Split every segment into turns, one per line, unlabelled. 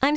I'm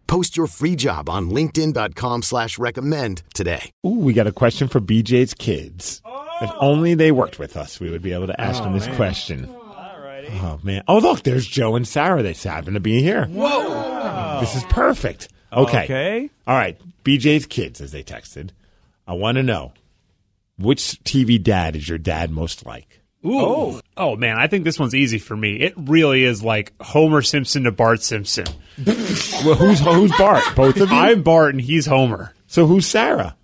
Post your free job on linkedin.com/recommend slash recommend today.
Ooh, we got a question for BJ's kids. If only they worked with us, we would be able to ask them this question. Oh man! Oh look, there's Joe and Sarah. They happen to be here. Whoa! This is perfect. Okay.
Okay.
All right. BJ's kids, as they texted. I want to know which TV dad is your dad most like.
Ooh. Oh. man, I think this one's easy for me. It really is like Homer Simpson to Bart Simpson.
Well, who's who's Bart? Both of you.
I'm Bart and he's Homer.
so who's Sarah?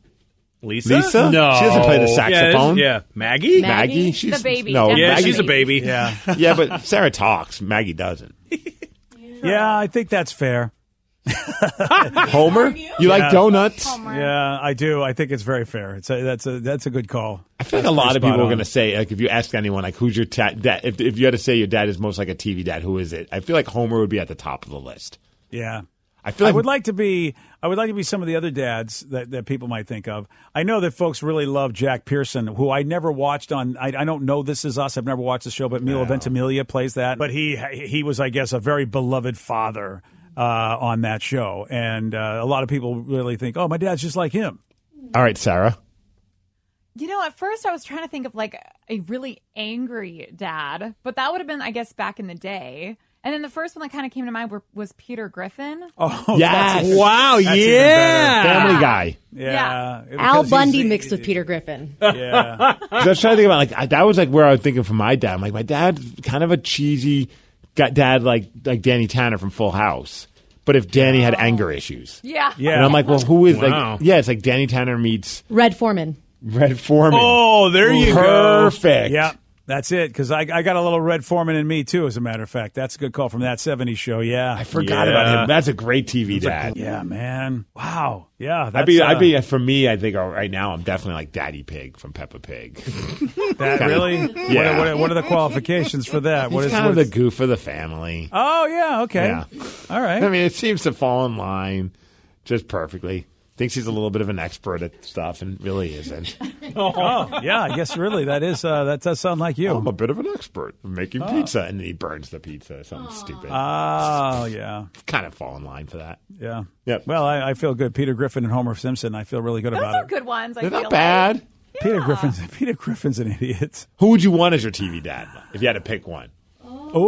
Lisa?
Lisa?
No.
She doesn't play the
Yeah, this-
saxophone.
Yeah, Maggie?
Maggie?
Maggie?
She's
The baby.
No,
Definitely
Yeah,
Maggie-
she's a baby.
Yeah.
yeah, but Sarah talks. Maggie doesn't.
Yeah, I think that's fair.
Homer, you like donuts?
Yeah, I do. I think it's very fair. It's a, that's a that's a good call.
I feel like a lot of people
spot
are
on.
going to say, like, if you ask anyone, like, who's your ta- dad? If, if you had to say your dad is most like a TV dad, who is it? I feel like Homer would be at the top of the list.
Yeah.
I feel like,
I would like to be. I would like to be some of the other dads that, that people might think of. I know that folks really love Jack Pearson, who I never watched on. I, I don't know This Is Us. I've never watched the show, but Milo Ventimiglia plays that. But he he was, I guess, a very beloved father uh, on that show, and uh, a lot of people really think, "Oh, my dad's just like him."
all right, Sarah.
You know, at first I was trying to think of like a really angry dad, but that would have been, I guess, back in the day. And then the first one that kind of came to mind were, was Peter Griffin.
Oh,
Yes.
that's-
Wow,
That's even
yeah.
Family Guy.
yeah.
Al
Uh, Because he's
Bundy
the-
mixed with Peter Griffin.
Yeah.
'Cause I was trying to think about, like, I, that was like where I was thinking from my dad. I'm like, my dad's kind of a cheesy got dad, like like Danny Tanner from Full House. But if Danny had anger issues,
Yeah.
Yeah.
and I'm like, well, who is
Wow.
like? Yeah, it's like Danny Tanner meets
Red Foreman.
Red Foreman.
Oh, there you go.
Perfect.
Yeah, that's it. Because I, I got a little Red Foreman in me too. As a matter of fact, that's a good call from that '70s show. Yeah,
I forgot about him. That's a great TV dad.
Yeah, man. Wow. Yeah,
I'd
that's,
be,
uh,
I'd be, for me, I think uh, right now I'm definitely like Daddy Pig from Peppa Pig.
that really. What are-
Yeah.
What, are, what are the qualifications for that? What
He's
is
kind of
what
the
is-
goof of the family.
Oh yeah. Okay.
Yeah.
All
I
right.
mean, it seems to fall in line just perfectly. Thinks he's a little bit of an expert at stuff and really isn't.
Oh yeah. I guess really that is uh, that does sound like you.
I'm a bit of an expert at making pizza, and then he burns the pizza. Something stupid.
Oh yeah.
kind of fall in line for that.
Yeah.
Yep.
Well, I, I feel good. Peter Griffin and Homer Simpson. I feel really good
Those
about
are
it.
good ones. I
They're
feel
not bad.
Like.
Peter Griffin's Peter Griffin's an idiot.
Who would you want as your TV dad if you had to pick one?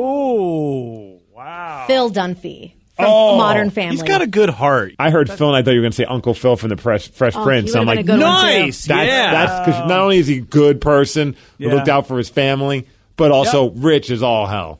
Oh wow.
Phil Dunphy from
Oh,
Modern Family.
He's got a good heart.
I heard Phil, and I thought you were going to say Uncle Phil from the Fresh, Fresh
Oh, he
Prince. I'm
would've
like,
been a good one, too.
Nice.
That's
yeah.
that's because not only is he a good person who
Yeah.
looked out for his family, but also rich as all hell.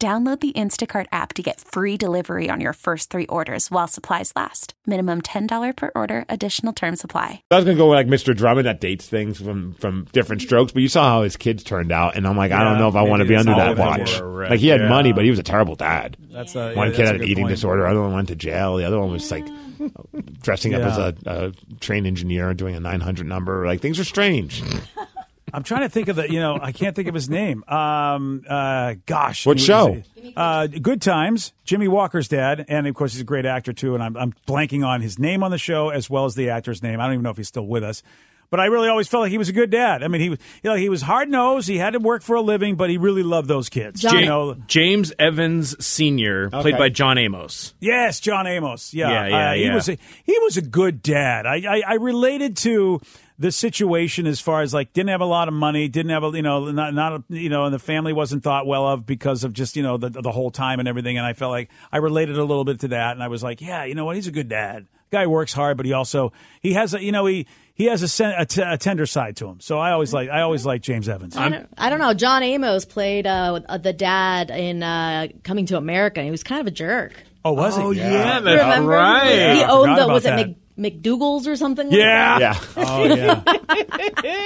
Download the Instacart app to get free delivery on your first three orders while supplies last. Minimum $10 per order, additional term supply.
I was gonna go with like Mr. Drummond that dates things from from different strokes, but you saw how his kids turned out, and I'm like, I don't
Yeah,
know if I
maybe
want to be
it's
under
all
that
of them
watch.
were a wreck.
Like he had
Yeah.
money, but he was a terrible dad.
That's a,
one
yeah,
kid
that's
had
a
an
good
eating
point.
disorder, other one went to jail, the other one was like dressing up
Yeah.
as a, a train engineer and doing a 900 number. Like things are strange.
I'm trying to think of the, you know, I can't think of his name. Um, uh, gosh,
What
He
show?
Uh, Good Times. Jimmy Walker's dad, and of course he's a great actor too. And I'm, I'm blanking on his name on the show as well as the actor's name. I don't even know if he's still with us. But I really always felt like he was a good dad. I mean, he was you know, he was hard nosed. He had to work for a living, but he really loved those kids.
John-
You know,
James Evans Sr., played
Okay.
by John Amos.
Yes, John Amos. Yeah,
Yeah, yeah,
uh, he
yeah.
was a, he was a good dad. I, I I related to the situation as far as like didn't have a lot of money, didn't have a you know not not a, you know, and the family wasn't thought well of because of just you know the the whole time and everything. And I felt like I related a little bit to that, and I was like, yeah, you know what, he's a good dad. guy works hard, but he also he has a you know he he has a, sen- a, t- a tender side to him. So I always
Mm-hmm.
like I always like James Evans.
I don't, I don't know. John Amos played uh, uh, the dad in uh, Coming to America. He was kind of a jerk.
oh, was
Oh
he?
yeah, that's
Remember?
right.
He
I
owned
forgot
the, was it
about
Mc, McDougal's or something?
Yeah.
Yeah.
Oh yeah.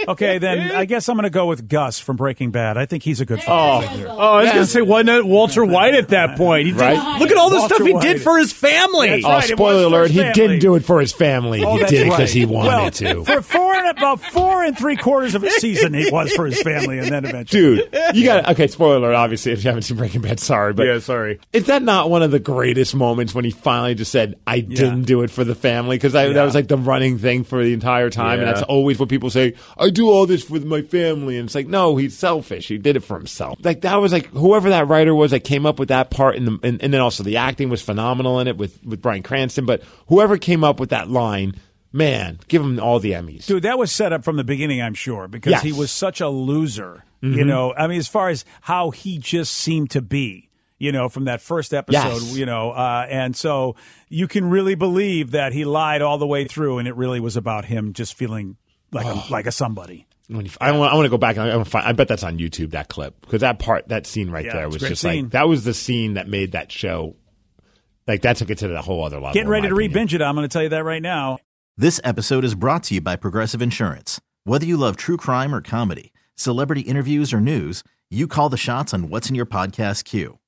okay, then I guess I'm going to go with Gus from Breaking Bad. I think he's a good. Oh,
Oh, I was gonna say why not Walter White at that point? He did-
Right.
look at all the
Walter
stuff he
White.
did for his family.
Oh,
right, it was
spoiler
for
alert!
his
He
family. Oh,
didn't do it for his family. he
that's
did it because
right.
he wanted to.
Well, For four and about four and three quarters of a season, it was for his family, and then eventually,
Dude, you got okay. Spoiler alert! Obviously, if you haven't seen Breaking Bad, sorry, but
Yeah, sorry.
Is that not one of the greatest moments when he finally just said, "I didn't do it for the family"? Because that was like the running thing for the entire time, and
Yeah.
that's always what people say. I do all this with my family, and it's like, no, he's selfish. He did it for himself. Like that was like whoever that writer was that came up with that part, in the, and, and then also the acting was phenomenal in it with with Brian Cranston. But whoever came up with that line, man, give him all the Emmys.
dude, that was set up from the beginning, I'm sure, because
Yes. Mm-hmm.
he was such a loser. You know, I mean, as far as how he just seemed to be, you know, from that first episode,
Yes.
you know, uh, and so you can really believe that he lied all the way through, and it really was about him just feeling like
Oh.
a, like a somebody.
When you, I want, I want to go back and I, I, wanna find, I bet that's on YouTube that clip because that part, that scene right
Yeah,
there
it's a
was
great
just
scene.
like that was the scene that made that show. Like that took it to the whole other level.
Getting
in
ready
my
to
opinion.
re-binge it. I'm going to tell you that right now.
This episode is brought to you by Progressive Insurance. Whether you love true crime or comedy, celebrity interviews or news, you call the shots on what's in your podcast queue.